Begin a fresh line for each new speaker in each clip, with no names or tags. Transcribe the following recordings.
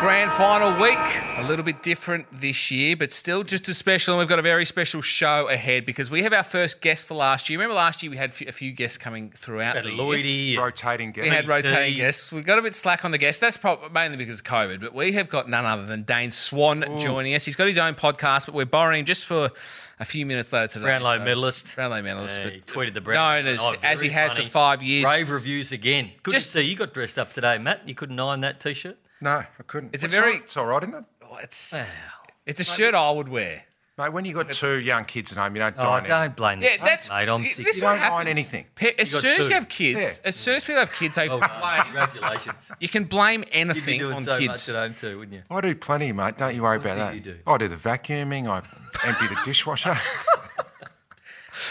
Grand final week, a little bit different this year, but still just as special. And we've got a very special show ahead because we have our first guest for last year. Remember last year we had f- a few guests coming throughout
At
the year.
Lloydie.
rotating guest.
We had rotating
Tea.
guests. We got a bit slack on the guests. That's prob- mainly because of COVID, but we have got none other than Dane Swan joining us. He's got his own podcast, but we're borrowing him just for a few minutes later today.
Brownlow
so-
medalist.
Brownlow medalist.
Yeah,
but
he tweeted Uh, the Brownlow.
known as,
Oh,
as he
very
has
funny.
for five years.
Rave reviews again. Good
Just-
to see you got dressed up today, Matt. You couldn't iron that t-shirt.
No, I couldn't.
It's a very-
all- It's all right, isn't it?
Oh, It's, it's a shirt I would wear.
Mate, when you got two young kids at home, you don't
Oh,
dine anything.
don't blame
Yeah,
the cunt,
that's
mate. I'm
y-
sick.
this
You
what
don't
happens.
mind anything.
Pe- as
got
soon as
two.
you have kids,
Yeah.
as soon as people have kids, they blame.
Congratulations.
You can blame
You'd be
anything
doing
on
so much
kids.
at home too, wouldn't you?
I do plenty, mate. Don't you worry about
do
that.
you do?
I do the vacuuming. I empty the dishwasher.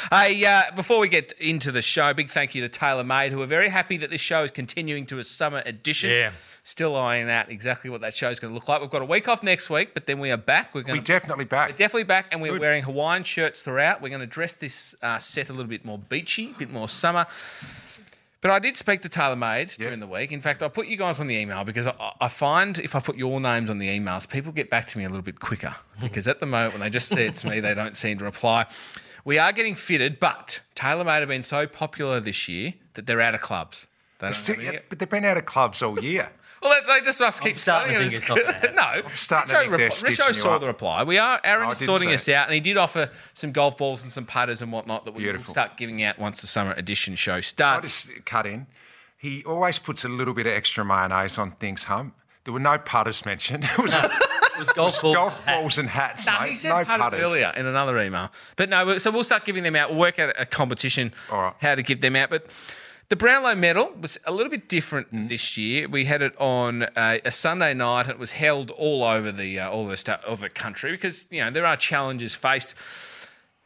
Hey, uh, before we get into the show, big thank you to Taylor Made, who are very happy that this show is continuing to a summer edition.
Yeah.
Still eyeing out exactly what that show is going to look like. We've got a week off next week, but then we are back. We're going
we
to
definitely back.
definitely back, and we're wearing Hawaiian shirts throughout. We're going to dress this uh, set a little bit more beachy, a bit more summer. But I did speak to Taylor Made during the week. In fact, I put you guys on the email because I, I find if I put your names on the emails, people get back to me a little bit quicker. Because at the moment, when they just see it's me, they don't seem to reply. We are getting fitted, but Taylor Made have been so popular this year that they're out of clubs. They don't
Still-
have any-
but they've been out of clubs all year.
well, they, they just must keep
starting
selling
to
it.
think
as
it's not gonna
good. no, I'm
starting to think they're stitching you
saw
up.
the reply. We are Aaron
I
is
did
sorting
see
us
it.
out, and he did offer some golf balls and some putters and whatnot that we will
Beautiful.
start giving out once the summer edition show
I
starts.
just cut in. He always puts a little bit of extra mayonnaise on things, hum. There were no putters mentioned. It was
It was golf ball.
golf balls and hats,
No,
mate.
he said
no
putters earlier in another email, but no. we- So we'll start giving them out. We'll work out a competition,
All right.
how to give them out, but. The Brownlow medal was a little bit different
Mm-hmm.
this year. We had it on uh, a Sunday night. It was held all over the uh, all the sta- all the country because you know there are challenges faced.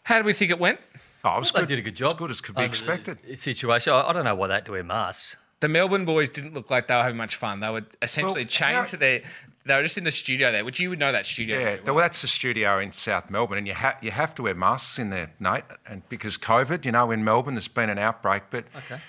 How do we think it went?
Oh, it was
They
good.
did a good job.
As good as could be
under the
expected.
Situation. I I don't know why that to wear masks.
the Melbourne boys didn't look like they were having much fun. They were essentially
Well,
chained
no.
to their. They were just in the studio there, which you would know that studio.
Yeah, well, that's the studio in South Melbourne, and you have you have to wear masks in there, Nate, and because COVID, you know, in Melbourne there's been an outbreak. But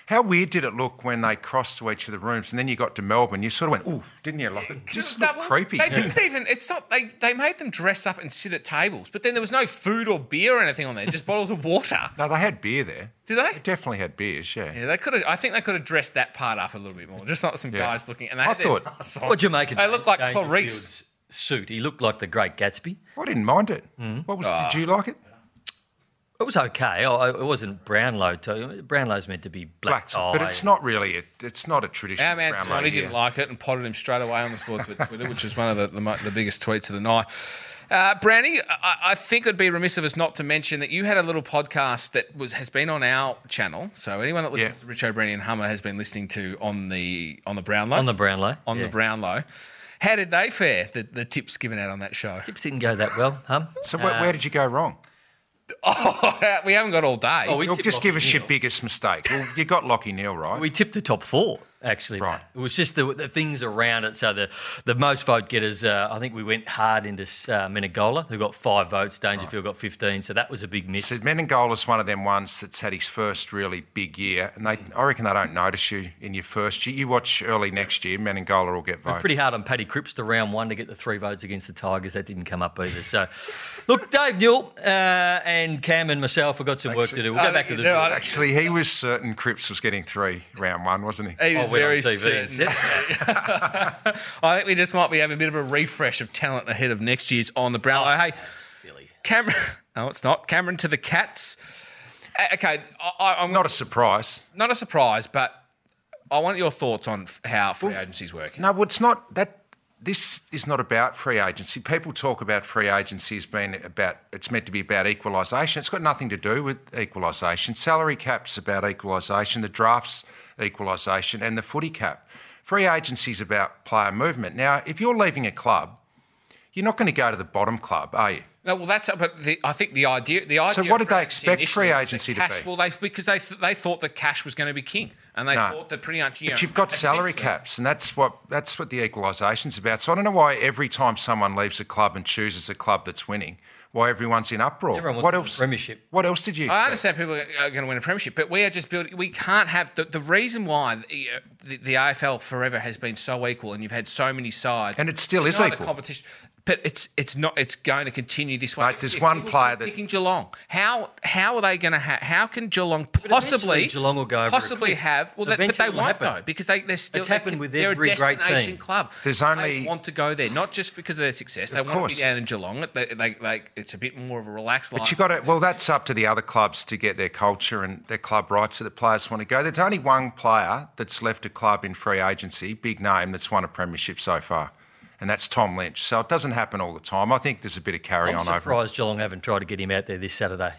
how weird did it look when they crossed to each of the rooms, and then you got to Melbourne, you sort of went, "Ooh, didn't you?" Like, it just looked
That-
creepy.
They
didn't
didn't even. It's not. They they made them dress up and sit at tables, but then there was no food or beer or anything on there. Just bottles of water.
it? No, they had beer there.
Did they?
They definitely had beers. Yeah.
Yeah, they could have. I think they could have dressed that part up a little bit more. Just not some
Yeah.
guys looking. And they
I
had their
thought-
masks on.
What'd you make of
Oh. They look like
Dangerfield's
Clarice.
suit? He looked like the Great Gatsby.
I didn't mind it.
Hmm.
What was?
Ah.
Did you like it?
It was okay. I, it wasn't Brownlow. To, Brownlow's meant to be black
Black,
tie.
but it's not really. A, it's not a traditional.
Our man
Brownlow
Swanee didn't
year.
like it and potted him straight away on the sports with Twitter, which is one of the, the, mo- the biggest tweets of the night. Uh, Brownie, I, I think it'd be remiss of us not to mention that you had a little podcast that was has been on our channel. So anyone that listens
Yeah.
to Rich O'Brien and Hummer has been listening to on the on the Brownlow
on the Brownlow.
on
yeah.
the Brownlow. How did they fare? The, the tips given out on that show.
Tips didn't go that well, huh? Uh,
So where, where did you go wrong?
we haven't got all day.
Oh, we
Well,
tipped
just give
Lachie
us your
Neal.
biggest mistake. Well, you got Lockie Neal right.
We tipped the top four, actually.
Right.
Matt. It was just the, the things around it. So the, the most vote getters, uh, I think we went hard into uh, Menegola, who got five votes. Dangerfield got 15. So that was a big miss.
So Meningol is one of them ones that's had his first really big year, and they, I reckon they don't notice you in your first year. You watch early next year, Meningola will get votes.
Pretty hard on Paddy Cripps to round one to get the three votes against the Tigers. That didn't come up either. So, look, Dave Newell uh, and Cam and myself have got some work to do. We'll
I
uh,
go back to
think
the.
you do, I think-
Actually, he was certain Cripps was getting three round one, wasn't he?
he
I
was
went Oh, on
very
TV and
certain.
said that.
I think we just might be having a bit of a refresh of talent ahead of next year's on the
Oh,
Brownlow. hey,
Silly.
Cameron. No, it's not. Cameron to the Cats. Uh, Okay, I, I- I'm not
Not a surprise.
a, not a surprise, but I want your thoughts on f- how free agencies work.
No, well, it's not that. This is not about free agency. People talk about free agency as being about it's meant to be about equalisation. It's got nothing to do with equalisation. Salary caps about equalisation. The drafts equalisation, and the footy cap. Free agency is about player movement. Now, if you're leaving a club, you're not going to go to the bottom club, are you?
No, well, that's but the, I think the idea. The idea.
what
of
did they
free agency initially was
expect free
that
agency to
cash,
be?
Well, they because they th- they thought that cash was going to be king, and they
No.
thought that pretty much. You
But
know,
you've got salary
essentially-
caps, and that's what that's what the equalisation's about. So I don't know why every time someone leaves a club and chooses a club that's winning, why everyone's in uproar.
Everyone wants
what
to win
else?
the premiership.
What else did you? Expect?
I understand people are going to win a premiership, but we are just building. We can't have the, the reason why the, the, the AFL forever has been so equal, and you've had so many sides,
And it still
There's
is
no other
equal.
competition. But it's it's not. It's going to continue this way.
Mate,
If-
there's
if
one
people
player
keep
that-
picking Geelong. How how are they going to have? How can Geelong possibly
eventually Geelong will go over a
possibly
cliff.
have? Well, that, but
Eventually
they
it will
won't
happen.
though because they they're still
It's
they're
happened
con-
with
they're
every
a
great
destination
team.
club.
There's
Players
only-
want to go there, not just because of their success. They
Of
want to
course.
be down in Geelong. They, they, like it's a bit more of a relaxed life.
But you got to. Well, that's up to the other clubs to get their culture and their club rights so that players want to go. There's only one player that's left a club in free agency, big name, that's won a premiership so far, and that's Tom Lynch. So it doesn't happen all the time. I think there's a bit of carry
I'm
on over.
surprised Geelong haven't tried to get him out there this Saturday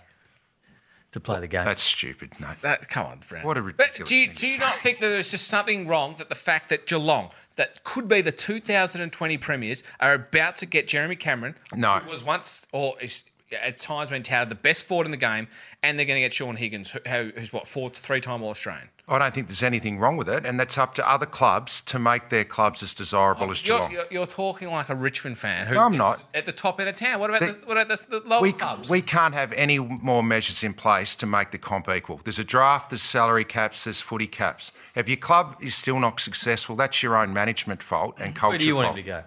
to play the game.
That's stupid, mate.
That come on, friend.
What a
But
ridiculous
do you,
thing
do
to
you not think that there's just something wrong that the fact that Geelong, that could be the 2020 premiers, are about to get Jeremy Cameron,
No.
who was once or is at times been touted the best forward in the game, and they're going to get Sean Higgins, who, who- who's what four three time All Australian.
I don't think there's anything wrong with it, and that's up to other clubs to make their clubs as desirable as
Oh, You're,
Geelong.
you're, you're talking like a Richmond fan who
No, I'm
is
not.
at the top end of town. What about
They-
the, what about the, the lower
we,
clubs?
we can't have any more measures in place to make the comp equal. There's a draft, there's salary caps, there's footy caps. If your club is still not successful, that's your own management fault and culture
Where do you want
fault.
him to go?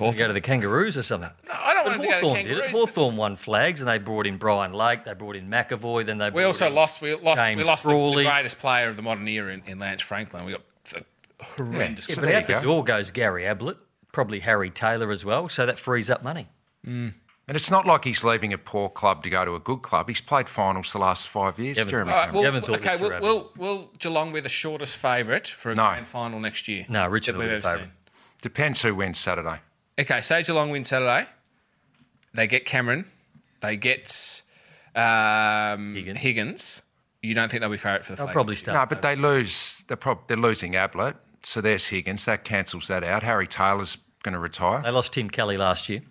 Go to the Kangaroos or something.
I don't
But
want him to go to the
Hawthorn did it.
Kangaroos, but-
Hawthorn won flags, and they brought in Brian Lake. They brought in McAvoy. Then they.
We
brought
also
in
lost. We lost.
James
we lost the, the
Frawley.
greatest player of the modern era in, in Lance Franklin. We got a horrendous.
Yeah,
So
but
there
out
you
the
go.
door goes Gary Ablett, probably Harry Taylor as well. So that frees up money.
And it's not like he's leaving a poor club to go to a good club. He's played finals the last five years,
Evan-
Jeremy.
All right,
Cameron.
well,
Um, haven't thought
okay,
this
we'll,
through,
we'll, will Geelong be the shortest favourite for a
No.
grand final next year?
No, Richmond
that
will
we've
be
ever
the favourite.
seen?
Depends who wins Saturday.
Okay, say Geelong win Saturday. They get Cameron. They get um,
Higgins.
Higgins. You don't think they'll be favourite for the
They'll
flag?
probably
No,
start.
but they lose. They're, prob- they're losing Ablett. So there's Higgins. That cancels that out. Harry Taylor's going to retire.
They lost Tim Kelly last year.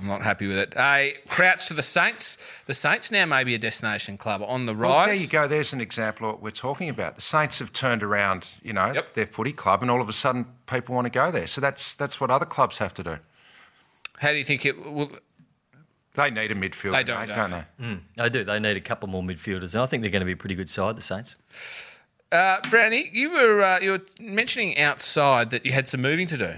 I'm not happy with it. Uh, Crouch to the Saints. The Saints now may be a destination club on the
Well,
rise.
there you go. There's an example of what we're talking about. The Saints have turned around, you know,
Yep.
their footy club, and all of a sudden people want to go there. So that's that's what other clubs have to do.
How do you think it will?
They need a midfielder,
They don't,
mate,
don't
they?
They do. They need a couple more midfielders, and I think they're going to be a pretty good side. The Saints.
Uh, Brownie, you were uh, you were mentioning outside that you had some moving to do.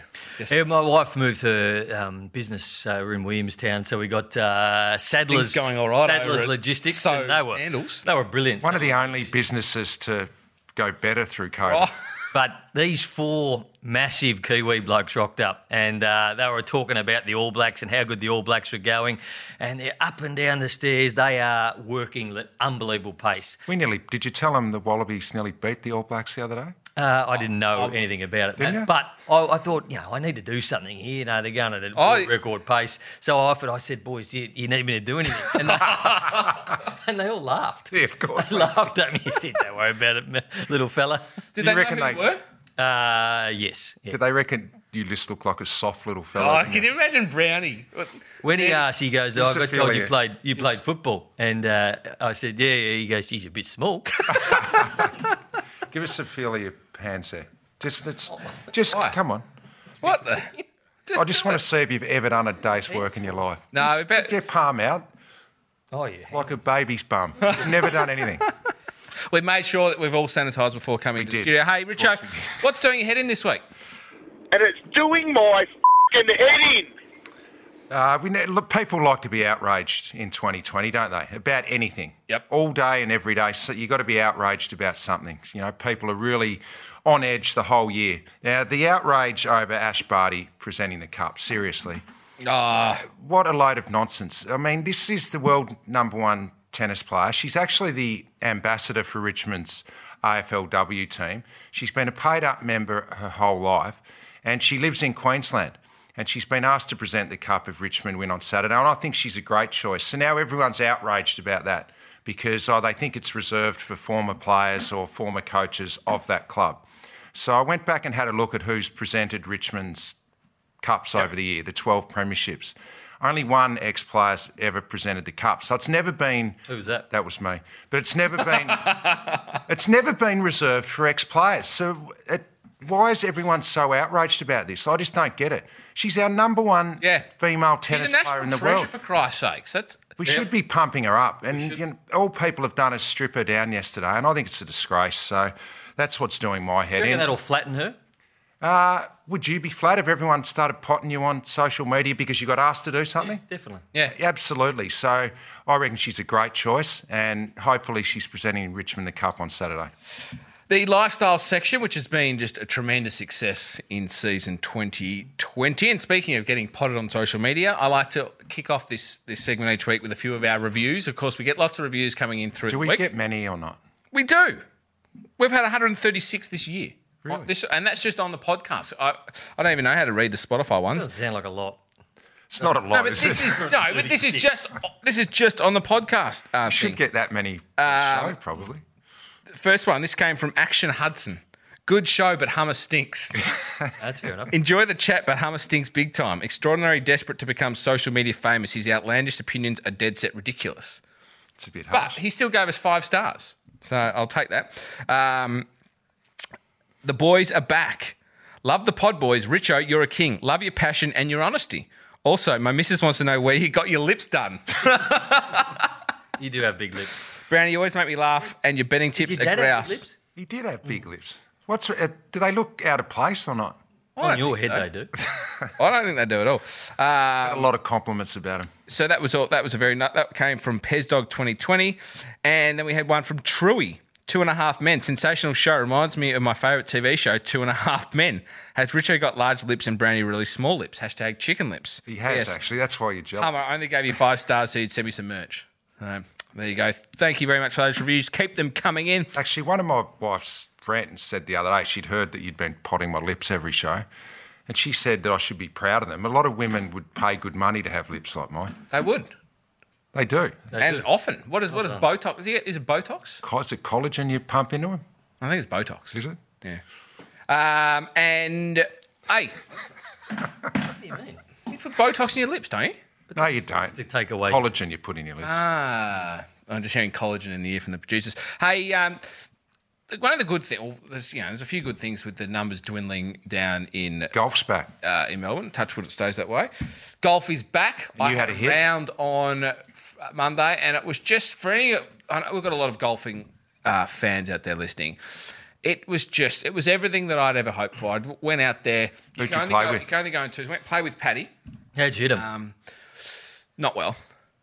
Yeah, my wife moved to um, business over in Williamstown, so we got uh, Saddlers
Things going all right
Saddlers
over at
Logistics.
So
and they were
Handles.
they were brilliant.
One of the only businesses to go better through COVID.
Oh.
But these four massive Kiwi blokes rocked up and uh, they were talking about the All Blacks and how good the All Blacks were going. And they're up and down the stairs. They are working at unbelievable pace.
We nearly did. You tell them the Wallabies nearly beat the All Blacks the other day.
Uh, I didn't know anything about it, mate.
you?
but I, I thought, you know, I need to do something here. You know, they're going at a
I-
record pace. So I offered, I said, boys, you, you need me to do anything. And they, and they all laughed.
Yeah, of course.
They laughed at me. He said, don't worry about it, m- little fella.
Did
you
they
reckon
know who
they-
you were?
Uh, yes. yeah.
Did they reckon you just look like a soft little fellow?
Oh, can you imagine Brownie?
When he asked, he goes, oh, "I got told you
Misophilia.
played you played football," and uh, I said, "Yeah, yeah." He goes, "Geez, you're a bit small."
Give us a feel of your hands there. Just, it's,
Oh,
just come on.
What the?
I just
do
want
it.
to see if you've ever done a day's work in your life.
No, I
just
bet-
get your palm out
oh yeah.
like a baby's bum. You've never done anything.
We made sure that we've all sanitised before coming to the
did.
studio. Hey, Richo, what's doing your head in this week?
and it's doing my f***ing head in.
Uh, we know, look, people like to be outraged in 2020, don't they? About anything.
Yep.
All day and every day. So you got to be outraged about something. You know, people are really on edge the whole year. Now, the outrage over Ash Barty presenting the cup. Seriously,
Ah,
what a load of nonsense. I mean, this is the world number one tennis player. She's actually the ambassador for Richmond's AFLW team. She's been a paid up member her whole life and she lives in Queensland. And she's been asked to present the Cup if Richmond win on Saturday. And I think she's a great choice. So now everyone's outraged about that because oh, they think it's reserved for former players or former coaches of that club. So I went back and had a look at who's presented Richmond's cups over the year, the 12 premierships. Only one ex player's ever presented the cup. So it's never been.
Who was that?
That was me. But it's never been. it's never been reserved for ex players. So it Why is everyone so outraged about this? I just don't get it. She's our number one
Yeah.
female
He's
tennis
a
player
national
in the
treasure
world.
for Christ's sakes. That's
We should be pumping her up. And you know, all people have done is strip her down yesterday. And I think it's a disgrace. So that's what's doing my head
Do you reckon
in.
that'll flatten her?
Would you be flat if everyone started potting you on social media because you got asked to do something?
Definitely.
yeah.
Absolutely. So I reckon she's a great choice. And hopefully she's presenting Richmond the Cup on Saturday.
The lifestyle section, which has been just a tremendous success in season 2020. And speaking of getting potted on social media, I like to kick off this, this segment each week with a few of our reviews. Of course, we get lots of reviews coming in through
Do
the
we
week.
get many or not?
We do. We've had 136 this year.
Really?
This, and that's just on the podcast. I, I don't even know how to read the Spotify ones.
Doesn't sound like a lot.
It's not a lot.
No, but
is
this
it?
is no, but this is just this is just on the podcast. Uh,
should
thing.
get that many per show probably.
First one. This came from Action Hudson. Good show, but hummus stinks.
That's fair enough.
Enjoy the chat, but Hummer stinks big time. Extraordinary, desperate to become social media famous. His outlandish opinions are dead set ridiculous.
It's a bit
But
harsh.
he still gave us five stars. So I'll take that. Um, the boys are back. Love the pod boys. Richo, you're a king. Love your passion and your honesty. Also, my missus wants to know where you got your lips done.
You do have big lips.
Brownie, you always make me laugh, and your betting tips are grouse.
he did have big lips. What's uh, do they look out of place or not?
I
On
don't
your
think
head,
so.
they do.
I don't think they do at all.
a lot of compliments about him.
so that was all. That was a very nu- that came from Pezdog 2020, and then we had one from Truey. Two and a half men, sensational show. Reminds me of my favourite TV show, Two and a Half Men. Has Richo got large lips and Brownie really small lips? Hashtag chicken lips.
He has
Yes.
actually. That's why you're jealous.
Um, I only gave you five stars, so you'd send me some merch. So, there you go. Thank you very much for those reviews. Keep them coming in.
Actually, one of my wife's friends said the other day she'd heard that you'd been potting my lips every show, and she said that I should be proud of them. A lot of women would pay good money to have lips like mine.
They would.
They do.
and often. What is what is Botox? Is it- is it Botox?
Is it collagen you pump into them?
I think it's Botox.
Is it?
Yeah. Um, and hey,
What do you mean?
you put Botox in your lips, don't you?
no, you don't.
To take away.
Collagen you put in your lips.
Ah, I'm just hearing collagen in the ear from the producers. Hey, um, one of the good things, well, there's, you know, there's a few good things with the numbers dwindling down in
Golf's back.
uh, in Melbourne. Touch wood, it stays that way. Golf is back.
And you had a hit.
round on uh, f- Monday, and it was just for any. I know we've got a lot of golfing uh, fans out there listening. It was just, it was everything that I'd ever hoped for. I went out there.
Who'd
can only
you play
go-
with?
You can only go in twos. Went play with Paddy
How'd you hit him?
not well.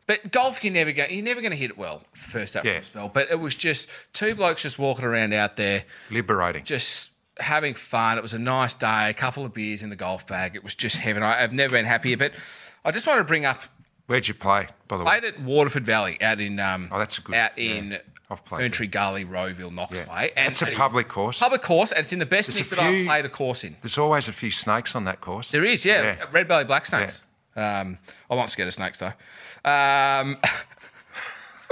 But golf, you never go. You're never going to hit it well first up
Yeah.
spell. But it was just two blokes just walking around out there,
Liberating.
just having fun. It was a nice day. A couple of beers in the golf bag. It was just heaven. I, I've never been happier. But I just want to bring up.
Where'd you play, by the way?
Played at Waterford Valley out in um,
Oh, that's a good-
out
yeah.
in
I've played
Ferntree Gully, Rowville, Knox Way. And
That's a public course.
public course, and it's in the best
There's a
nick that I've
few-
played a course in.
There's always a few snakes on that course.
There is, yeah.
Yeah.
Red belly black snakes. Um, I'm not scared of snakes though. Um,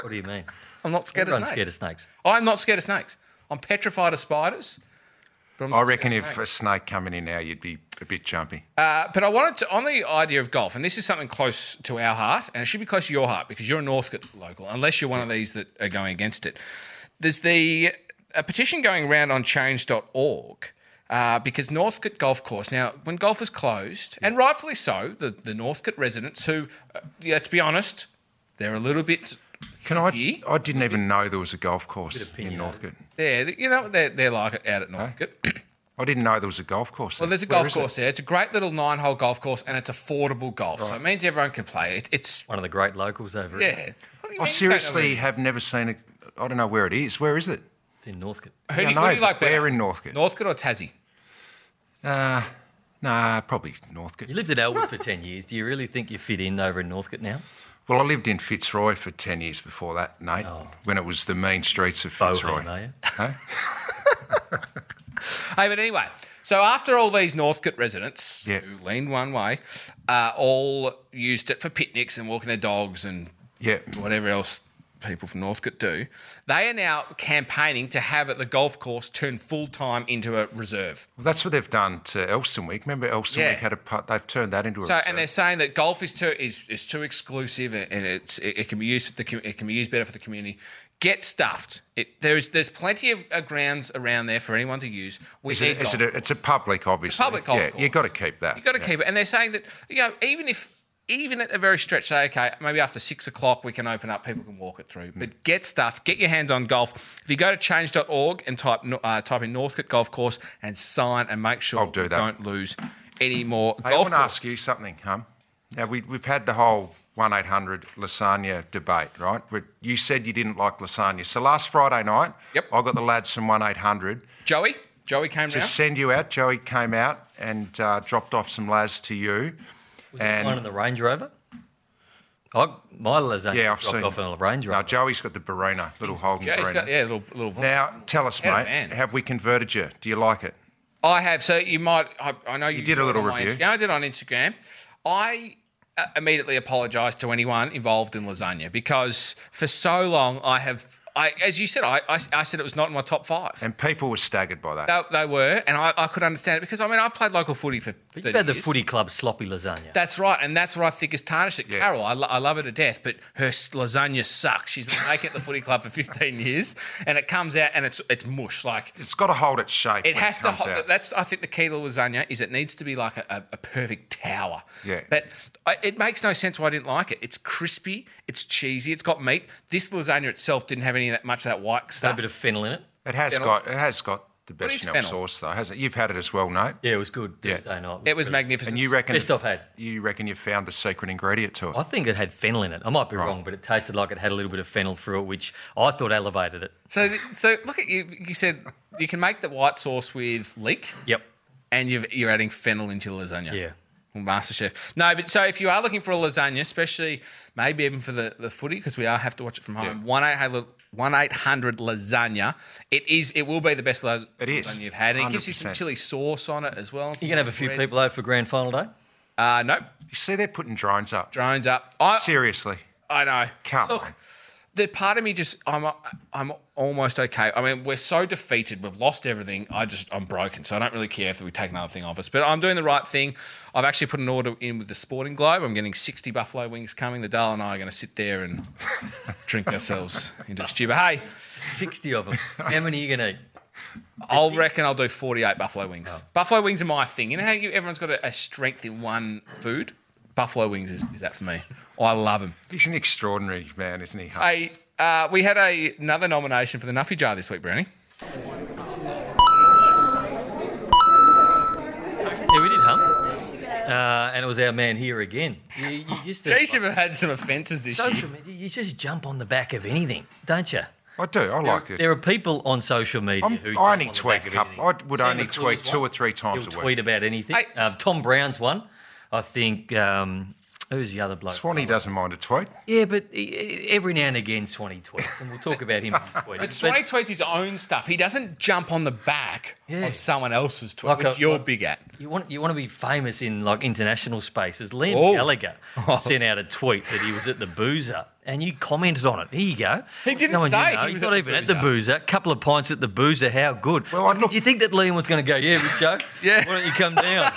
What do you mean?
I'm not scared
Everyone's
of snakes.
scared of snakes.
I'm not scared of snakes. I'm petrified of spiders. but I'm not
I
scared
reckon
of
if
snakes.
a snake coming in now, you'd be a bit jumpy.
Uh, but I wanted to, on the idea of golf, and this is something close to our heart, and it should be close to your heart because you're a Northcote local, unless you're one of these that are going against it. There's the a petition going around on change.org uh, because Northcote Golf Course, now, when golf was closed, and rightfully so, the, the Northcote residents who, uh, let's be honest, they're a little bit
Can I?
Ye?
I didn't even know there was a golf course in Northcote.
there. You know, they're, they're like it out at Northcote.
I didn't know there was a golf course.
Well, there's a golf course there. It's a great little nine-hole golf course, and it's affordable golf, so it means everyone can play it. It's
One of the great locals over here.
yeah. What do you mean you don't
I
know
Oh, seriously
where-
have never seen it. I don't know where it is. Where is it?
It's in Northcote.
Who do
I
you,
know,
who do you like
but
better?
where in Northcote?
Northcote or Tassie?
Uh, nah, probably Northcote.
You lived at Elwood for 10 years. Do you really think you fit in over in Northcote now?
Well, I lived in Fitzroy for ten years before that, Nate. When it was the mean streets of Fitzroy.
Bohan, are you?
Hey, but anyway, so after all these Northcote residents
Yeah.
who leaned one way, uh, all used it for picnics and walking their dogs and
Yeah.
whatever else people from Northcote do, they are now campaigning to have it the golf course turn full time into a reserve.
Well, that's what they've done to Elstonwick. Remember Elstonwick
Yeah.
had a putt. They've turned that into a.
So,
reserve.
and they're saying that golf is too is, is too exclusive, and and it's it, it can be used the com- it can be used better for the community. Get stuffed. It, there's there's plenty of uh, grounds around there for anyone to use. We
Is
need
it,
golf
is it a, it's a public, obviously.
public golf
yeah,
course.
you got to keep that.
you got to
yeah.
keep it. And they're saying that you know, even if even at the very stretch, say okay, maybe after six o'clock we can open up, people can walk it through. But get stuff, get your hands on golf. If you go to change.org and type no- uh, type in Northcote Golf Course and sign and make sure
I'll do
we
that.
don't lose any more
Hey, I
golf
want to
course.
ask you something, hum. Now we, we've had the whole one eight hundred lasagna debate, right? But you said you didn't like lasagna. So last Friday night,
Yep.
I got the lads from one eight hundred
Joey, Joey came
to
round.
send you out. Joey came out and uh, dropped off some las to you. and
One in the Range Rover. I, my lasagna
yeah, I've
dropped
seen.
off in a Range
No,
Rover.
Joey's got the Barina, little Holden
Joey's
Barina.
got yeah, little little.
Now tell us,
Yeah,
mate,
man.
have we converted you? Do you like it?
I have. So you might. I, I know you,
did a
saw it
little
on my
review.
Instagram. I did on Instagram. I uh, immediately apologised to anyone involved in lasagna because for so long I have. I, as you said, I, I, I said it was not in my top five.
And people were staggered by that.
they, they were, and I, I could understand it because I mean I played local footy for. 30
You've had the
years.
footy club sloppy lasagna.
That's right, and that's what I think has tarnished it.
Yeah.
Carol, I, lo- I love her to death, but her s- lasagna sucks. She's been making it at the footy club for 15 years, and it comes out and it's it's mush. Like
it's got to hold its shape.
It
when
has
it
to.
comes
Ho-
out.
that's I think the key to lasagna is it needs to be like a, a, a perfect tower.
Yeah.
But I, it makes no sense why I didn't like it. It's crispy. It's cheesy. It's got meat. This lasagna itself didn't have any of that much of that white
Had a
stuff.
bit of fennel in it.
It has
Fennel.
got. It has got the
is
bechamel
fennel?
sauce, though, hasn't it? You've had it as well, Nate.
Yeah, it was good Thursday night.
it was
good.
magnificent.
And you reckon
Best I've had.
You reckon you found the secret ingredient to it?
I think it had fennel in it. I might be wrong, but it tasted like it had a little bit of fennel through it, which I thought elevated it.
So th- so look at you. You said you can make the white sauce with leek.
Yep.
And you've, you're adding fennel into your lasagna.
Yeah.
Well, MasterChef. No, but so if you are looking for a lasagna, especially maybe even for the, the footy, because we are have to watch it from home, one eight hundred one eight hundred lasagna. It is. It will be the best las-
It is.
lasagna you've had. And it gives you some
100%.
chili sauce on it as well.
You can have a few people over for grand final day.
Uh, nope.
You see, they're putting drones up.
Drones up. I,
Seriously,
I know.
Come
Look,
on.
the part of me just I'm I'm almost okay. I mean, we're so defeated. We've lost everything. I just I'm broken. So I don't really care if we take another thing off us. But I'm doing the right thing. I've actually put an order in with the Sporting Globe. I'm getting 60 buffalo wings coming. The Dale and I are going to sit there and drink ourselves into a stew. But hey,
60 of them. How many are you going to eat?
I'll reckon I'll do 48 buffalo wings. Buffalo wings are my thing. You know how you, everyone's got a, a strength in one food. Buffalo wings is, is that for me. I love them.
he's an extraordinary man, isn't he? Huck?
I uh, we had a, another nomination for the Nuffy Jar this week, Brownie.
Yeah, we did hum. Uh, and it was our man here again. You, you
Oh,
just
Jason have had some offences this year.
social media, you just jump on the back of anything, don't you?
I do. I like it.
There are people on social media
I'm-
who.
I
jump
only
on the
tweet
back of
a couple-
anything.
I would only
McCool's
tweet two
one.
or three times
He'll
a week.
tweet about anything.
Hey,
Uh, Tom Brown's one. I think. Um, who's the other bloke?
Swanee doesn't mind a tweet.
Yeah, but he- every now and again, Swanee tweets, and we'll talk about him. and his tweeting.
But Swanee tweets his own stuff. He doesn't jump on the back
Yeah.
of someone else's tweet,
Like a-
which you're
like-
big at.
You want you want to be famous in like international spaces. Liam
Oh.
Gallagher sent out a tweet that he was at the Boozer, and you commented on it. Here you go.
He didn't
one
say
you know.
he
he's
was at
not
the
even at the Boozer. A couple of pints at the Boozer. How good?
Well, I
did
look-
you think that Liam was going to go? Yeah, Richo.
Yeah.
Why don't you come down?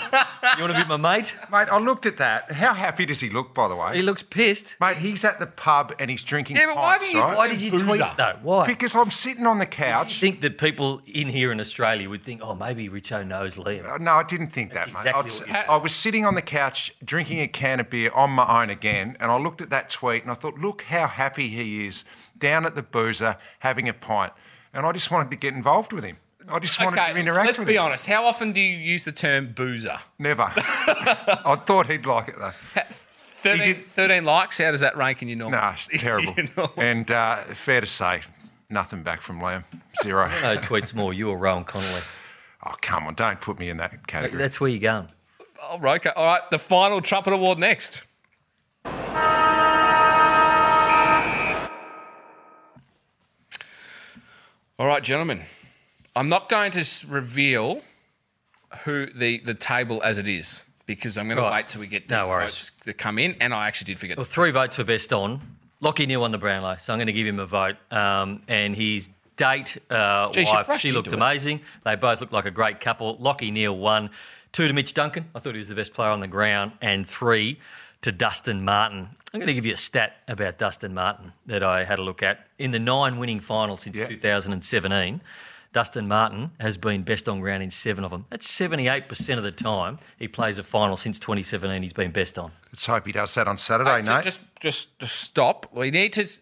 you want to be my mate?
Mate, I looked at that. How happy does he look, by the way?
He looks pissed.
Mate, he's at the pub and he's drinking
Yeah, but why
pints,
do you-
right?
Why did you
Boozer.
tweet though? Why?
Because I'm sitting on the
I
couch.
think that people in here in Australia would think, oh, maybe Richo knows Liam.
Uh, No, I didn't think that,
That's
mate. I'd
exactly
s-
what
I was sitting on the couch drinking a can of beer on my own again, and I looked at that tweet and I thought, look how happy he is down at the boozer having a pint. And I just wanted to get involved with him. I just wanted to interact
let's
with
be
him.
honest. How often do you use the term boozer?
Never. I thought he'd like it though.
13,
did-
13 likes. How does that rank in your normal?
Nah, it's terrible.
You know?
And uh, fair to say, nothing back from Liam. Zero.
No tweets more. You or Rowan Connolly.
oh, come on. Don't put me in that category.
That's where you're going.
Oh, right, okay. All right. The final trumpet award next. All right, gentlemen. I'm not going to s- reveal who the, the table as it is because I'm going to
Right.
wait till we get these
No worries.
votes to come in. And I actually did forget.
Well, three votes for best on. Lockie Neal won the Brownlow, so I'm going to give him a vote. Um, and his date uh,
Gee, she
wife,
crashed
she looked
into it.
amazing. They both looked like a great couple. Lockie Neal won. Two to Mitch Duncan. I thought he was the best player on the ground. And three to Dustin Martin. I'm going to give you a stat about Dustin Martin that I had a look at. In the nine winning finals since
Yeah.
2017, Dustin Martin has been best on ground in seven of them. That's 78% of the time he plays a final since 2017 he's been best on.
Let's hope he does that on Saturday,
So
mate.
just, just, just stop. We need to s-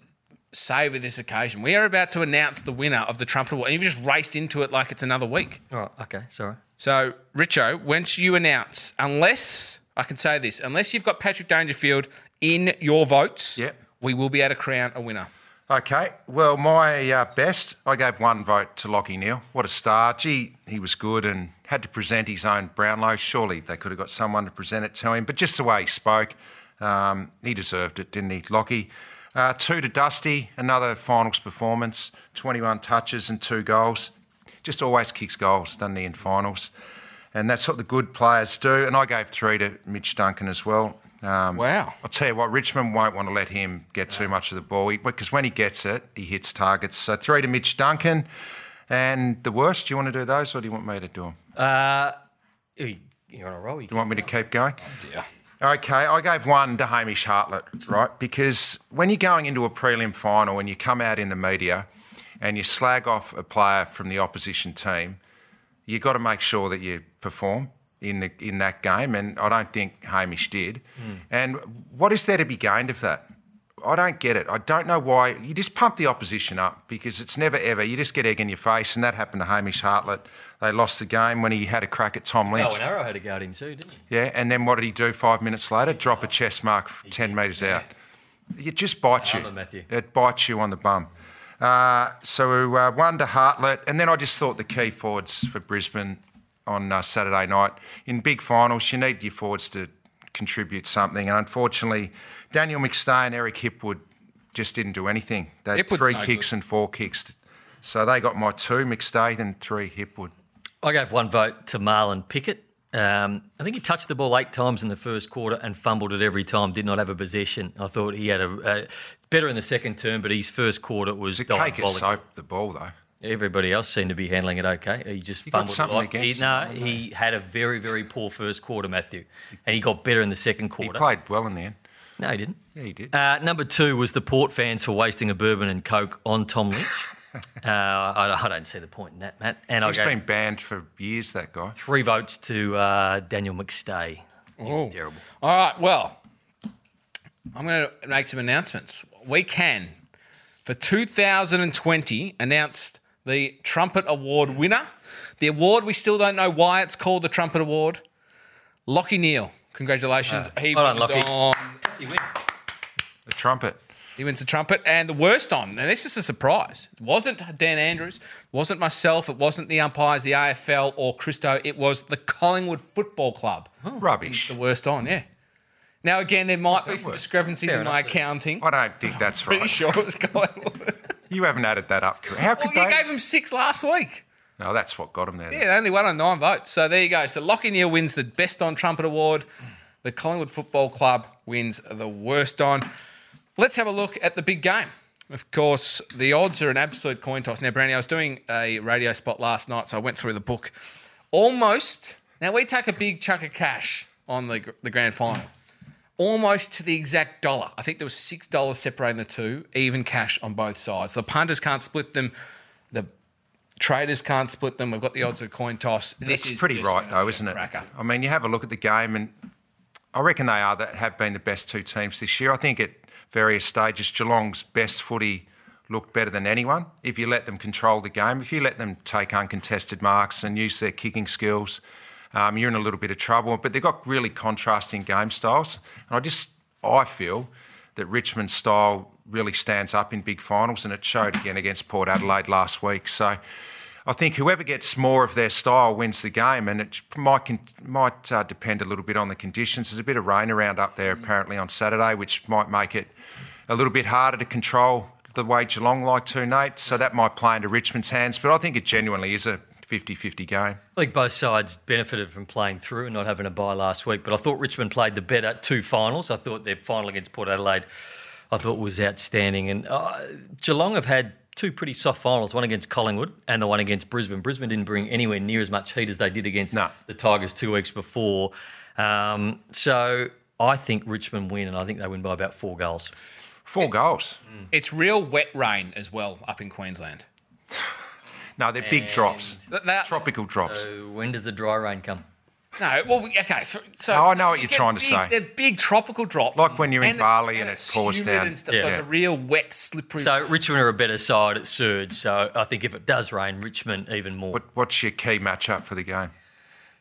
savor this occasion. We are about to announce the winner of the Trump Award, and you've just raced into it like it's another week.
All right, okay, sorry.
So, Richo, once you announce, unless I can say this, unless you've got Patrick Dangerfield in your votes,
Yep.
we will be able to crown a winner.
Okay. Well, my uh, best, I gave one vote to Lockie Neal. What a star. Gee, he was good and had to present his own Brownlow. Surely they could have got someone to present it to him. But just the way he spoke, um, he deserved it, didn't he, Lockie? Uh, two to Dusty, another finals performance, 21 touches and two goals. Just always kicks goals, doesn't he, in finals? And that's what the good players do. And I gave three to Mitch Duncan as well. Um,
Wow.
I'll tell you what, Richmond won't want to let him get too much of the ball because when he gets it, he hits targets. So three to Mitch Duncan. And the worst, do you want to do those or do you want me to do them?
Uh, You- You're on a roll. You
You want me to keep going? Yeah. Okay, I gave one to Hamish Hartlett, right? Because when you're going into a prelim final and you come out in the media and you slag off a player from the opposition team, you've got to make sure that you perform in the in that game. And I don't think Hamish did.
Hmm.
And what is there to be gained of that? I don't get it. I don't know why you just pump the opposition up because it's never ever. You just get egg in your face, and that happened to Hamish Hartlett. They lost the game when he had a crack at Tom Lynch.
Oh, and Arrow had a go at him too, didn't he?
Yeah, and then what did he do five minutes later? Drop a chest mark f- 10 metres out. It just bites you.
Love it, Matthew.
It bites you on the bum. Uh, so uh, one to Hartlett, and then I just thought the key forwards for Brisbane on uh, Saturday night. In big finals, you need your forwards to contribute something, and unfortunately, Daniel McStay and Eric Hipwood just didn't do anything. They had
Hipwood's
three
no
kicks
good.
and four kicks. So they got my two, McStay, and three Hipwood.
I gave one vote to Marlon Pickett. Um, I think he touched the ball eight times in the first quarter and fumbled it every time. Did not have a possession. I thought he had a uh, better in the second term, but his first quarter was
The cake
diabolical.
is soap, the ball, though.
Everybody else seemed to be handling it okay. He just
got
fumbled
something
a lot.
against
he, no,
him,
he had a very very poor first quarter, Matthew, and he got better in the second
He
quarter.
played well in the end.
No, he didn't.
Yeah, he did.
Uh, number two was the Port fans for wasting a bourbon and coke on Tom Lynch. uh, I, I don't see the point in that, Matt. And I
He's
gave
been banned for years, that guy.
three votes to uh, Daniel McStay. He
Oh.
was terrible.
All right. Well, I'm going to make some announcements. We can, for 2020, announced the Trumpet Award winner. The award, we still don't know why it's called the Trumpet Award. Lockie Neal. Congratulations. he,
well
wins
done, Lachie.
on,
The trumpet.
he wins the trumpet. And the worst on, and this is a surprise, it wasn't Dan Andrews, it wasn't myself, it wasn't the umpires, the AFL, or Christo. It was the Collingwood Football Club.
Rubbish.
The worst on, yeah. Now, again, there might be some
works.
discrepancies in my accounting.
I don't think that's
pretty
right.
sure it was Collingwood.
You haven't added that up. correct. How
well,
could
you
they?
gave him six last week.
no, that's what got him there.
Yeah, they only won on nine votes. So there you go. So Lockie Neal wins the Best on Trumpet Award. The Collingwood Football Club wins the Worst on. Let's have a look at the big game. Of course, the odds are an absolute coin toss. Now, Brandy, I was doing a radio spot last night, so I went through the book. Almost. Now, we take a big chunk of cash on the, gr- the grand final. Almost to the exact dollar. I think there was $6 separating the two, even cash on both sides. The punters can't split them. The Traders can't split them. We've got the odds of coin toss. This
It's
is
pretty
just
right,
an
though, isn't it?
cracker.
I mean, you have a look at the game, and I reckon they are that have been the best two teams this year. I think at various stages, Geelong's best footy looked better than anyone. If you let them control the game, if you let them take uncontested marks and use their kicking skills, um, you're in a little bit of trouble. But they've got really contrasting game styles, and I just I feel that Richmond's style really stands up in big finals, and it showed again against Port Adelaide last week. So. I think whoever gets more of their style wins the game, and it might con- might uh, depend a little bit on the conditions. There's a bit of rain around up
Mm.
there apparently on Saturday, which might make it a little bit harder to control the way Geelong like to, Nate. So that might play into Richmond's hands, but I think it genuinely is a 50-50 game.
I think both sides benefited from playing through and not having a bye last week. But I thought Richmond played the better two finals. I thought their final against Port Adelaide, I thought was outstanding. And uh, Geelong have had two pretty soft finals, one against Collingwood and the one against Brisbane. Brisbane didn't bring anywhere near as much heat as they did against
No.
the Tigers two weeks before. Um, so I think Richmond win, and I think they win by about four goals.
Four goals.
It's real wet rain as well up in Queensland.
No, they're big drops.
That- that-
Tropical drops.
So when does the dry rain come?
No, well, we- okay. f- So
No, I know what you're
Get
trying to
big-
say.
They're big tropical drops,
Like when you're in Bali and
it's
it pours
humid
down.
And stuff, So
Yeah.
it's a real wet, slippery.
So Richmond are a better side at Surge. So I think if it does rain, Richmond even more.
What, what's your key matchup for the game?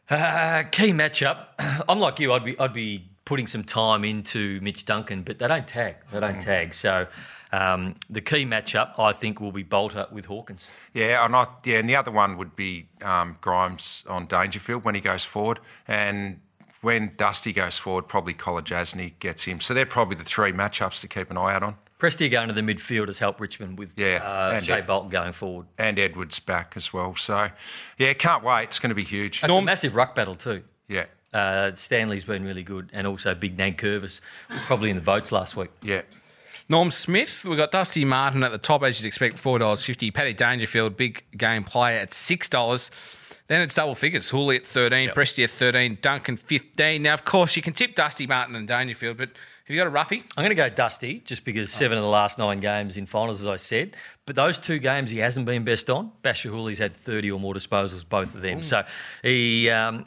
Uh, key matchup. I'm like you. I'd be I'd be putting some time into Mitch Duncan, but they don't tag. They
Mm.
don't tag. So um, the key matchup, I think, will be Bolter with Hawkins.
Yeah, and I, yeah, and the other one would be um, Grimes on Dangerfield when he goes forward, and when Dusty goes forward, probably Collar Jasny gets him. So they're probably the three matchups to keep an eye out on.
Prestia going to the midfield has helped Richmond with
Yeah,
uh,
and
Shea
it-
Bolton going forward.
And Edwards back as well. So yeah, can't wait. It's going to be huge.
It's a massive ruck battle too.
Yeah,
Uh, Stanley's been really good, and also Big Nag Curvis was probably in the votes last week.
yeah.
Norm Smith, we've got Dusty Martin at the top, as you'd expect, $4.50. Paddy Dangerfield, big game player at $6. Then it's double figures. Hooley at 13, Prestia at 13, Duncan 15. Now, of course, you can tip Dusty Martin and Dangerfield, but have you got a roughie?
I'm going to go Dusty just because
Oh.
seven of the last nine games in finals, as I said. But those two games he hasn't been best on. Bashahuli's had 30 or more disposals, both of them. So he um,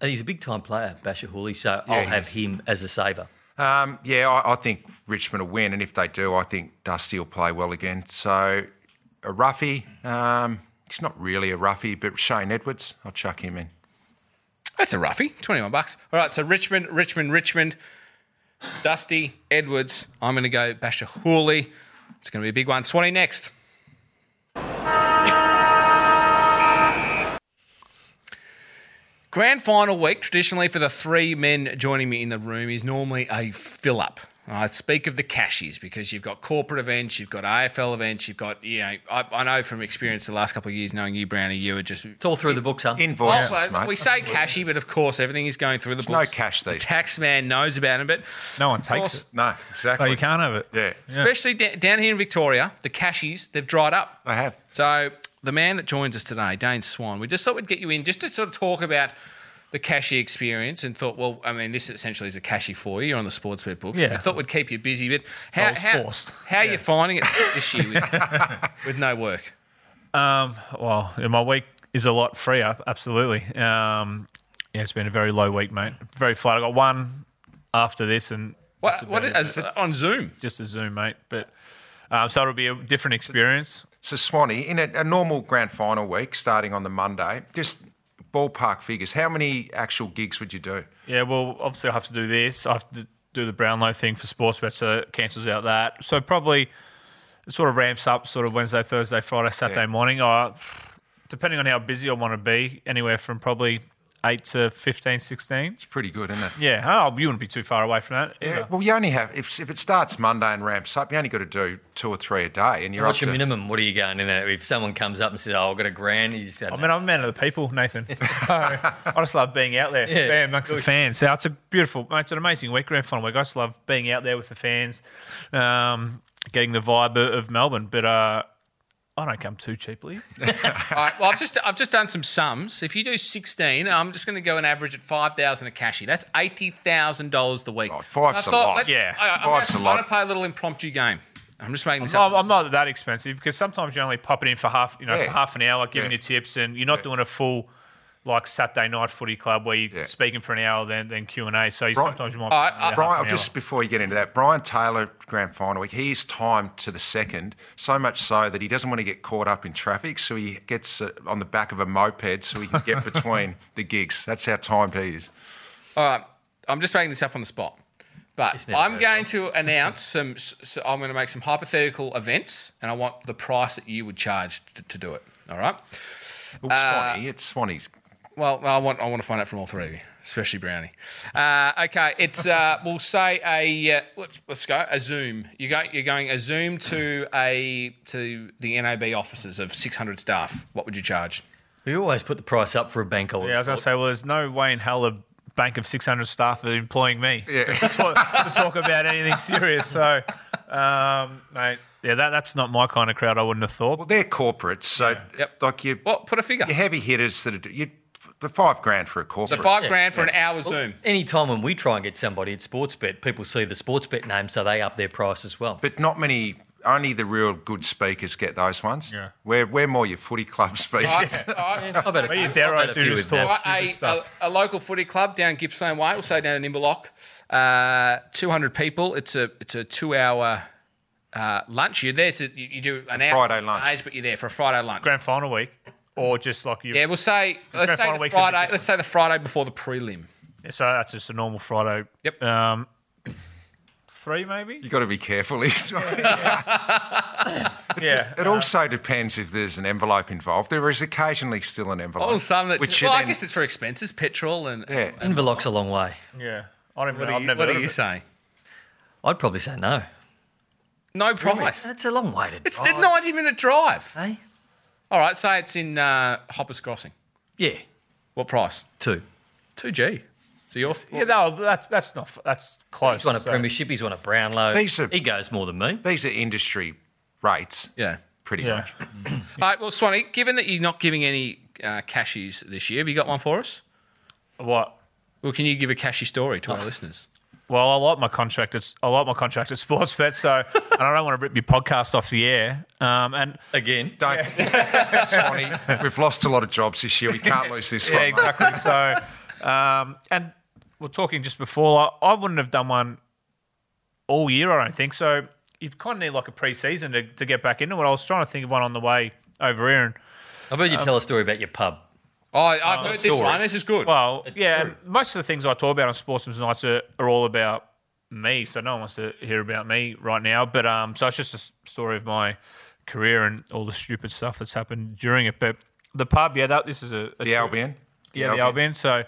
he's a big time player, Bashahuli. So I'll
he
have him as a saver.
Um, yeah, I, I think Richmond will win, and if they do, I think Dusty will play well again. So a roughie. Um, it's not really a roughie, but Shane Edwards, I'll chuck him in.
That's a roughie, 21 bucks. All right, so Richmond, Richmond, Richmond, Dusty, Edwards. I'm going to go Basher Hooley. It's going to be a big one. Swanee next. Grand final week, traditionally for the three men joining me in the room, is normally a fill up. I speak of the cashies because you've got corporate events, you've got AFL events, you've got, you know, I, I know from experience the last couple of years knowing you, Brownie, you are just
It's all through the books, huh?
Invoices,
also,
mate.
we say cashy, but of course everything is going through the
no
books.
cash
The
these
tax man knows about it, but
No one
of
takes
course,
it.
no,
So
exactly.
Oh, you can't have it.
Yeah.
Especially da- down here in Victoria, the cashies they've dried up.
They have.
So the man that joins us today, Dane Swan, we just thought we'd get you in just to sort of talk about the cashy experience, and thought, well, I mean, this essentially is a cashy for you. You're on the sports bet books.
Yeah.
I thought we'd keep you busy, but
I
how
was
how,
forced.
how are you finding it this year with, with no work?
Um, well, yeah, my week is a lot freer, absolutely. Um, yeah, it's been a very low week, mate. Very flat. I got one after this and
What, what is, on Zoom?
just a Zoom, mate. But um, so it'll be a different experience.
So Swanee, in a, a normal grand final week, starting on the Monday, just ballpark figures. How many actual gigs would you do?
Yeah, well, obviously I have to do this. I have to do the Brownlow thing for sports bet, so it cancels out that. So probably it sort of ramps up sort of Wednesday, Thursday, Friday, Saturday morning. I, depending on how busy I want to be, anywhere from probably 8 to 15, 16.
It's pretty good, isn't it?
Yeah, oh, you wouldn't be too far away from that. either.
Well, you only have if, if it starts Monday and ramps up, you only got to do two or three a day, and you're
What's
up
your
to
minimum? What are you going in at? If someone comes up and says, "Oh, I've got a grand," you just say,
I mean, I'm a man of the people, Nathan. So, I just love being out there, being amongst the fans. So it's a beautiful, mate, it's an amazing week, grand final week. I just love being out there with the fans, um, getting the vibe of of Melbourne. But uh, I don't come too cheaply.
All right. Well, I've just I've just done some sums. If you do sixteen, I'm just going to go and average at five thousand a cashy. That's eighty thousand dollars the week.
Oh, five's
I
a
thought,
lot.
let's-
Yeah.
I, I'm
Five's
gonna-
a lot.
I'm going to play a little impromptu game. I'm just making this
I'm,
up.
I'm not that expensive because sometimes you're only popping in for half, you know,
Yeah.
for half an hour, giving
Yeah.
your tips, and you're not doing a full like Saturday night footy club where you're
Yeah.
speaking for an hour, then then Q and A. So you,
Right.
sometimes you might.
All right,
yeah, half
Brian,
an
just
hour.
before you get into that, Brian Taylor grand final week, he's timed to the second, so much so that he doesn't want to get caught up in traffic, so he gets uh, on the back of a moped so he can get between the gigs. That's how timed he is.
All right. I'm just making this up on the spot. But
never
I'm
heard
going to announce some. s- s I'm going to make some hypothetical events, and I want the price that you would charge to, to do it. All right.
Well, Swanee, it's Swanee's.
Well, I want I want to find out from all three of you, especially Brownie. Uh, okay, it's uh, we'll say a uh, let's let's go a Zoom. You go you're going a Zoom to a to the NAB offices of 600 staff. What would you charge?
"We always put the price up for a bank." I would
Yeah, I was
have
gonna say, well, there's no way in hell a bank of 600 staff are employing me to, talk, to talk about anything serious. So Um, mate, yeah, that, that's not my kind of crowd. I wouldn't have thought.
Well, they're corporates, so
Yep.
like you,
Well, put a figure.
your heavy hitters that are you, the five grand for a
So
corporate.
five grand for an hour Zoom.
Any time when we try and get somebody at Sportsbet, people see the Sportsbet name, so they up their price as well.
but not many. Only the real good speakers get those ones.
Yeah.
We're, we're more your footy club speakers.
I,
I've had a few,
you dare
I've had
I
a
do
few
this
of
talk?
them.
I, a,
Stupid
a,
stuff.
a local footy club down Gippsland Way, also down in Inverloch. Uh, 200 people. It's a it's a two hour uh, lunch. You're there to you, you do an hour
Friday lunch.
stage, but you're there for a Friday lunch.
grand final week, or just like you.
yeah, we'll say let's
grand
say
final
the
week's a bit
Friday.
different.
Let's say the Friday before the prelim.
So that's just a normal Friday.
Yep.
Um, three maybe.
you got to be careful.
Yeah.
It also depends if there's an envelope involved. There is occasionally still an envelope.
Oh, some that.
which
well,
you
I
then-
guess it's for expenses, petrol, and
yeah.
Inverloch's a long way.
Yeah. I don't
what
know.
are
I've
you,
never
what
heard
are
of
you
it.
saying?
I'd probably say no.
No price.
That's a long way to
It's the
drive,
90 minute drive.
eh?
All right, say it's in uh, Hoppers Crossing.
Yeah,
What price?
two.
Two G. So you're
Yeah, no, that's that's not that's close.
He's won a
so-
premiership. He's won a Brownlow.
These are-
he goes more than me.
These are industry rates,
yeah.
pretty
Yeah.
much.
All right, well, Swanee, given that you're not giving any uh, cashies this year, have you got one for us?
What?
Well, can you give a cashy story to our listeners?
Well, I like my contract. It's I like my contract at Sportsbet, so and I don't want to rip your podcast off the air. Um, and
Again,
Don't, Swanee, we've lost a lot of jobs this year. We can't lose this
yeah,
one.
exactly. so, um, and we're talking just before. I, I wouldn't have done one all year. I don't think so. You kind of need like a pre-season to, to get back into it. I was trying to think of one on the way over here, and
I've heard you tell a story about your pub.
Oh, I've heard this one. This is good.
Uh, well, yeah, and most of the things I talk about on Sportsman's Nights are, are all about me, so no one wants to hear about me right now. But um, so it's just a s- story of my career and all the stupid stuff that's happened during it. But the pub, yeah, that this is a, a
The Albion.
yeah, the Albion. So.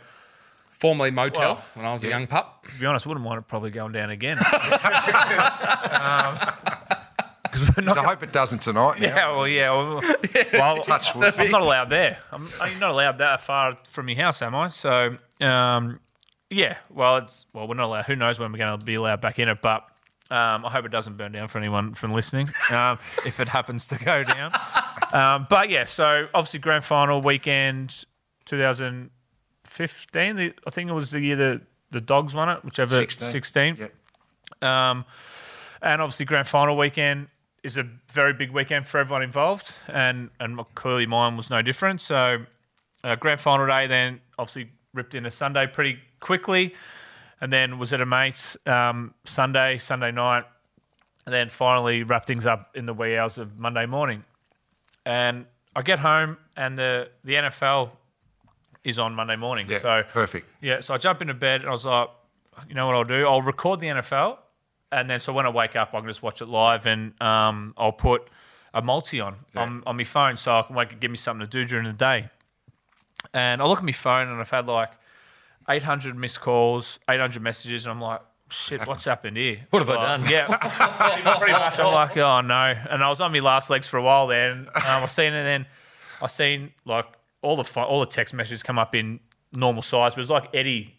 Formerly motel
Well,
when I was a young pup.
to be honest, I wouldn't mind it probably going down again. Because we're
So
not.
I hope it doesn't tonight. Now.
Yeah, well, yeah. Well, well,
Touch wood.
I'm not allowed there. I'm, I'm not allowed that far from your house, am I? So, um, yeah. Well, it's well, we're not allowed. Who knows when we're going to be allowed back in it? But um, I hope it doesn't burn down for anyone from listening. Um, if it happens to go down. Um, but yeah, so obviously grand final weekend, 2015. The, I think it was the year the the dogs won it, whichever
16.
16.
Yep.
Um, and obviously, grand final weekend is a very big weekend for everyone involved, and and clearly mine was no different. So, uh, grand final day, then obviously ripped in a Sunday pretty quickly, and then was at a mate's um, Sunday, Sunday night, and then finally wrapped things up in the wee hours of Monday morning. And I get home, and the the NFL is on Monday morning.
Yeah,
So
perfect.
yeah, so I jump into bed and I was like, you know what I'll do? I'll record the NFL, and then so when I wake up, I can just watch it live, and um, I'll put a multi on on, on my phone so I can wake, give me something to do during the day. And I look at my phone and I've had like 800 missed calls, 800 messages, and I'm like, shit, what's happened here?
What have I
Like,
done?
Yeah, pretty much. I'm like, oh no. And I was on my last legs for a while there, and um, I seen and then I seen like all the fi- all the text messages come up in normal size, but it was like Eddie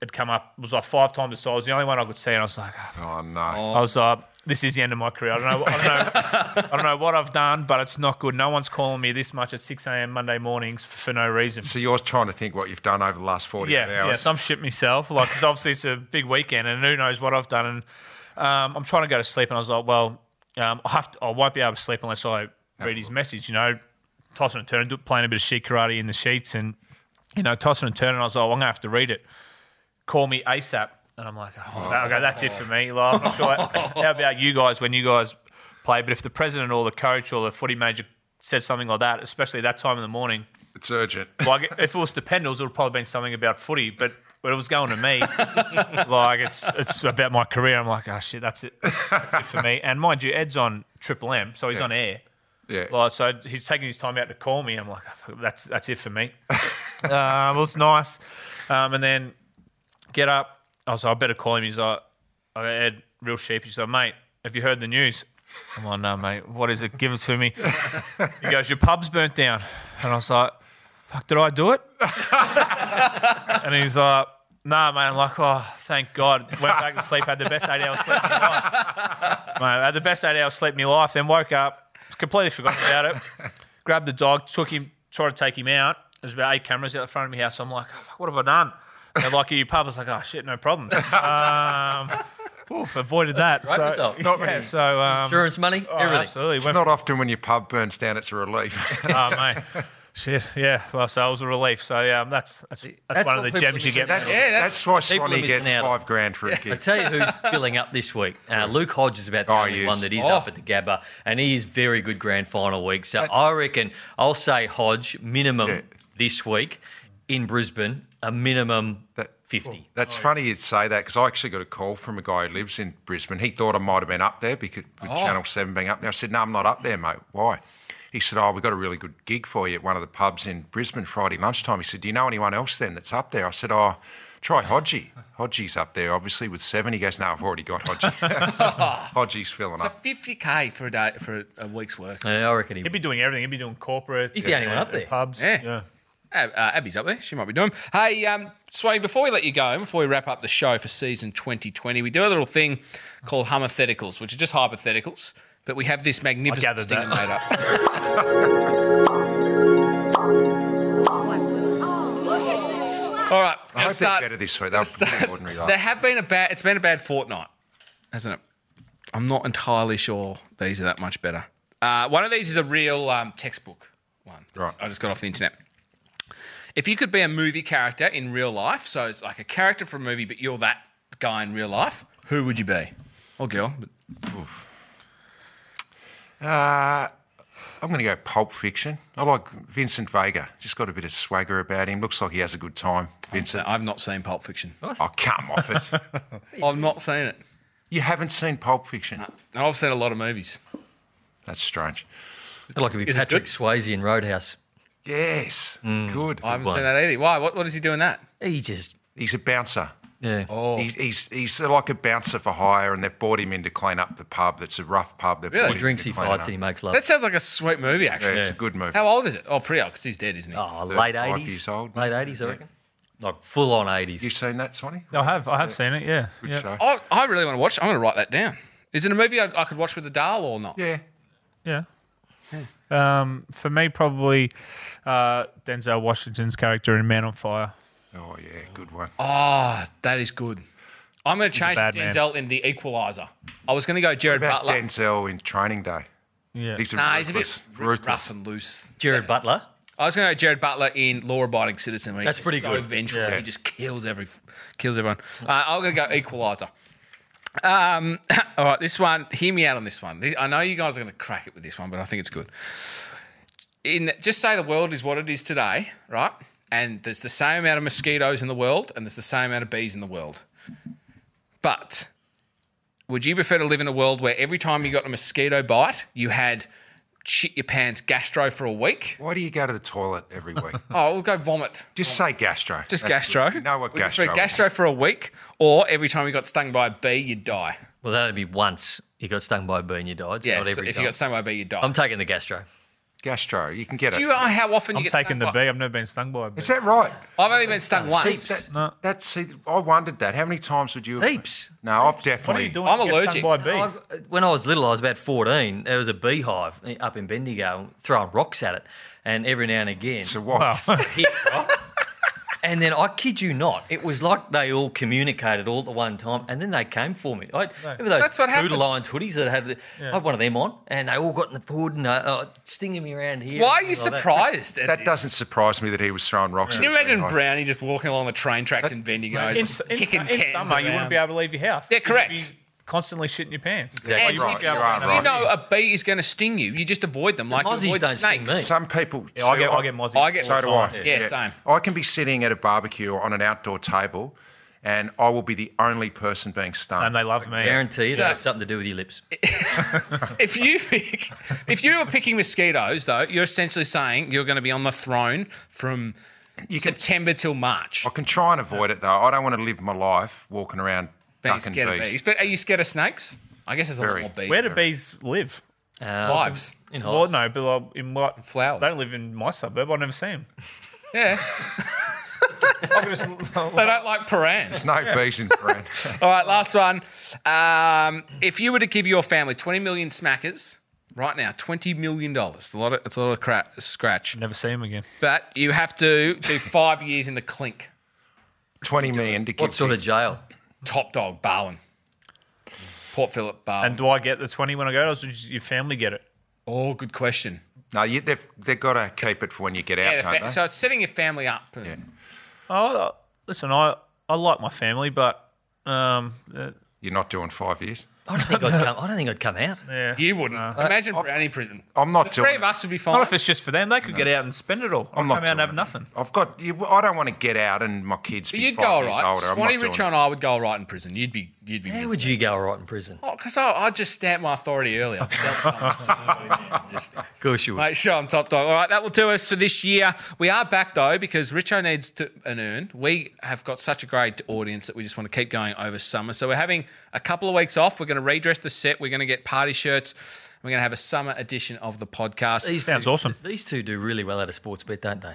had come up was like five times the size. It was the only one I could see, and I was like, "Ah,
Oh, no.
I was like, this is the end of my career. I don't know, I don't know, I don't know what I've done, but it's not good. No one's calling me this much at 6 a.m. Monday mornings for no reason.
So you're trying to think what you've done over the last 48
yeah, yeah,
hours.
some shit myself. Like, 'cause obviously it's a big weekend, and who knows what I've done. And um, I'm trying to go to sleep, and I was like, well, um, I have to, I won't be able to sleep unless I read his message. You know, tossing and turning, do- playing a bit of sheet karate in the sheets, and you know, tossing and turning. I was like, well, I'm gonna have to read it. Call me ASAP, and I'm like, oh, that- okay, that's it for me. Like, I'm not sure. how about you guys when you guys play? But if the president or the coach or the footy manager said something like that, especially that time in the morning.
it's urgent.
Like if it was to Pendles, it would probably been something about footy, but when it was going to me, like it's it's about my career. I'm like, oh shit, that's it, that's it for me. And mind you, Ed's on Triple M, so he's on air.
Yeah.
Like, so he's taking his time out to call me. I'm like, "Oh, fuck, that's that's it for me. um, it was nice. Um, and then get up. I was like, I better call him. He's like, I Ed, real sheep. He's like, mate, have you heard the news? I'm like, no, mate. What is it? Give it to me. He goes, your pub's burnt down. And I was like, fuck, did I do it? and he's like, Nah, man. I'm like, oh, thank God. Went back to sleep. Had the best eight hours sleep. Of my life. Mate, had the best eight hours sleep in my life. Then woke up, completely forgot about it. Grabbed the dog, took him, tried to take him out. There's about eight cameras out the front of my house. I'm like, oh, fuck, what have I done? And like, are you pub? I was like, oh shit, no problems. Um, oof, avoided that.
Great
so,
result.
yeah, so um,
Insurance money,
oh,
everything.
Absolutely.
It's
Went
not often when your pub burns down, it's a relief.
Oh mate. Shit, yeah. Well, so it was a relief. So yeah, um, that's that's, that's,
That's
one
what
of the
people
gems you
listen
get.
to.
mate.
That's,
Yeah,
that's why
people are
Swanee
missing
gets
out.
five grand for a
I
gig.
tell you who's filling up this week. Uh, Luke Hodge is about the
Oh,
only
yes.
one that is
Oh.
up at the Gabba, and he is very good grand final week. So I reckon I'll say Hodge minimum
Yeah.
this week in Brisbane, a minimum
That-
50.
Oh,
That's funny you'd say that because I actually got a call from a guy who lives in Brisbane. He thought I might have been up there because
Oh.
with Channel 7 being up there. I said, No, I'm not up there, mate. Why? He said, Oh, we've got a really good gig for you at one of the pubs in Brisbane Friday lunchtime. He said, Do you know anyone else then that's up there? I said, Oh, try Hodgie. Hodgie's up there, obviously, with seven. He goes, No, I've already got Hodgie. So Hodgie's filling up.
50k for a day for a week's work.
Uh, I reckon he
He'd be doing everything. He'd be doing corporates.
He's the only one up
and- and
there.
Pubs.
Yeah.
yeah.
Ab- uh, Abby's up there. She might be doing. Hey, um, Sway, before we let you go, and before we wrap up the show for season 2020, we do a little thing called hypotheticals, which are just hypotheticals, but we have this magnificent
gathered
stinger
that.
made up. All right,
I hope
let's start.
they're better this week. They're ordinary.
There
Like.
have been a bad. It's been a bad fortnight, hasn't it? I'm not entirely sure these are that much better. Uh, one of these is a real um, textbook one.
Right.
I just got off the internet. If you could be a movie character in real life, so it's like a character from a movie, but you're that guy in real life, who would you be? Or girl? but-
I'm going to go Pulp Fiction. I like Vincent Vega. Just got a bit of swagger about him. Looks like he has a good time, Vincent.
I've not seen Pulp Fiction.
Oh, come off it.
I've not seen it.
You haven't seen Pulp Fiction.
And I've seen a lot of movies.
That's strange.
I'd like to be
Is it
Patrick
good?
Swayze in Roadhouse.
Yes. Good.
Mm. I haven't
one.
seen that either. Why? What, what is he doing that?
He just,
He's a bouncer.
yeah.
Oh.
He's, he's, he's like a bouncer for hire, and they've bought him in to clean up the pub. That's a rough pub. They've
Really?
bought
he
him
drinks,
to
he
clean
fights, and
it
he
up.
makes love.
That sounds like a sweet movie, actually.
Yeah, it's a good move.
How old is it? Oh, Priya, because he's dead, isn't he?
oh, late
35
80s.
years old.
Late 80s, I reckon. Like full on 80s.
You've seen that, Sonny?
I have. I have seen it. Yeah.
Good
yeah.
show.
I, I really want to watch. I'm going to write that down. Is it a movie I, I could watch with a doll or not?
Yeah.
Yeah. Um, for me, probably uh, Denzel Washington's character in Man on Fire.
Oh, yeah. Good one.
Ah, that is good. I'm going to change
bad man.
Denzel in The Equalizer. I was going to go Jared
About
Butler.
Denzel in Training Day.
Yeah.
He's a
Nah, he's a bit
ruthless.
r- rough
ruthless.
and loose.
Jared Butler.
I was going to go Jared Butler in Law Abiding Citizen. Where he's
That's
just
pretty
so
good.
Vengeful.
Yeah.
He just kills every, kills everyone. Uh, I'm going to go Equalizer. Um, all right, this one. Hear me out on this one. This- I know you guys are going to crack it with this one, but I think it's good. In just say the world is what it is today, right? And there's the same amount of mosquitoes in the world, and there's the same amount of bees in the world. But would you prefer to live in a world where every time you got a mosquito bite, you had shit your pants gastro for a week?
Why do you go to the toilet every week?
Oh, we'll go vomit.
Just say gastro.
Just
That's
gastro.
good. You know what
Would you prefer
gastro is.
gastro for a week, or every time you got stung by a bee, you'd die.
Well, that'd be once you got stung by a bee and you died. It's
Yeah,
not
so
every
if
time.
you got stung by a bee, you'd die.
I'm taking the gastro.
Gastro. You can get it.
Do you uh, know how often
I'm
you get
taking
stung
the
by-
bee. I've never been stung by a bee.
Is that right?
I've only been stung once.
See, that, that, see, I wondered that. How many times would you? have-
Heaps.
No, I've
What are
definitely.
you doing?
I'm
to get
allergic.
Stung by bees.
I've- uh, when I was little, I was about 14. There was a beehive up in Bendigo, throwing rocks at it, and every now and again,
So what?
hit rock. And then I kid you not, it was like they all communicated all at the one time, and then they came for me. I remember those
That's what
Poodle
happens.
Lions hoodies that had. The, I had one of them on, and they all got in the food and uh, uh, stinging me around here.
Why are
and
you
things like that.
surprised? at
That
this?
doesn't surprise me that he was throwing rocks.
Can you imagine Brownie just walking along the train tracks in Bendigo,
in,
just
in,
kicking
in
cans
summer, you wouldn't
around?
be able to leave your house.
Yeah,
You'd
correct.
be constantly shitting your pants.
Exactly.
Like, you
Right,
wouldn't be able
you are
to-
If
right.
you know a bee is going to sting you, you just avoid them like
Mozzies
you avoid
don't sting
snakes.
me.
Some people.
Yeah, I get,
so
I get mozzies.
I get
So
all the
do
time.
I.
Yeah, same.
I can be sitting at a barbecue or on an outdoor table, and I will be the only person being
And
stunned.
they love me.
Guarantee it
So-
had something to do with your lips.
If you pick, if you were picking mosquitoes, though, you're essentially saying you're going to be on the throne from September till March.
I can try and avoid it though. I don't want to live my life walking around
Being
ducking
scared of bees. But are you scared of snakes? I guess there's a
Very.
lot more bees.
Where do bees live?
Uh,
Hives.
In
Well,
hives.
no, but like, in what?
Flowers.
They don't live in my suburb. I never see them.
Yeah.
I'm gonna just,
They don't like Paran.
No bees in Brand.
All right, last one. Um, if you were to give your family 20 million smackers right now, $20 million, it's a lot of, it's a lot of cra- scratch,
never see him again.
but you have to do five years in the clink.
20 million to give
What sort of jail?
Top dog, Barwon. Port Phillip, Barwon.
And do I get the 20 when I go, or does your family get it?
oh, good question.
No, you, they've, they've got to keep it for when you get out,
Yeah, the
can't
fa-
they?
so it's setting your family up. and-
Oh, uh, listen, I, I like my family, but um, uh,
You're not doing five years.
I don't think I'd come. I don't think I'd come out.
yeah.
You wouldn't. Imagine Brownie prison.
I'm not
the
doing
three of us would be fine.
Uh, Not if it's just for them. They could get out and spend it all. i
I'm
will
not doing
come out and have
it.
nothing.
I've got. You, I don't want to get out and my kids be
You'd
five
go all
years
right.
older. I'm
Swanee,
not doing
Richo, and I would go all right in prison. You'd be, you'd be.
How would you go all right in prison? Of
Because I, I just stamped my authority earlier. I've felt something. So, yeah, just-
course you would.
Make sure I'm top dog. All right, that will do us for this year. We are back though because Richo needs to an earn. We have got such a great audience that we just want to keep going over summer. So we're having a couple of weeks off. We're going to redress the set. We're going to get party shirts. We're going to have a summer edition of the podcast.
These
Sounds
two,
awesome.
These two do really well out of sports bet, don't they?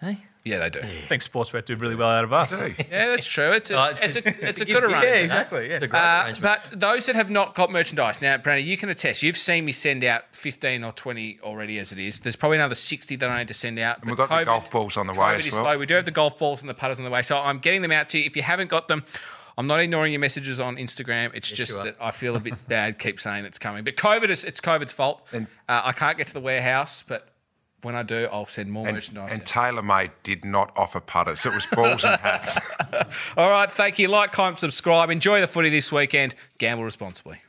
Hey,
Yeah, they do.
I think Sportsbet do really well out of us.
it.
Yeah, that's true. It's a,
Oh,
it's, a, it's a
give-
good arrangement.
Yeah,
exactly, yeah.
It's a great
Uh,
arrangement.
but those that have not got merchandise now, Brandy, you can attest. You've seen me send out fifteen or twenty already, as it is. There's probably another sixty that I need to send out.
And we've got the golf balls on the way
COVID
as
is
well.
slow. We do have the golf balls and the putters on the way, so I'm getting them out to you. If you haven't got them, I'm not ignoring your messages on Instagram. It's just
you are.
that I feel a bit bad. Keep saying it's coming, but COVID is it's COVID's fault. uh, I can't get to the warehouse, but when I do, I'll send more
And,
merchandise.
and
out.
TaylorMade did not offer putters. It was balls and hats.
All right, thank you. Like, comment, subscribe. Enjoy the footy this weekend. Gamble responsibly.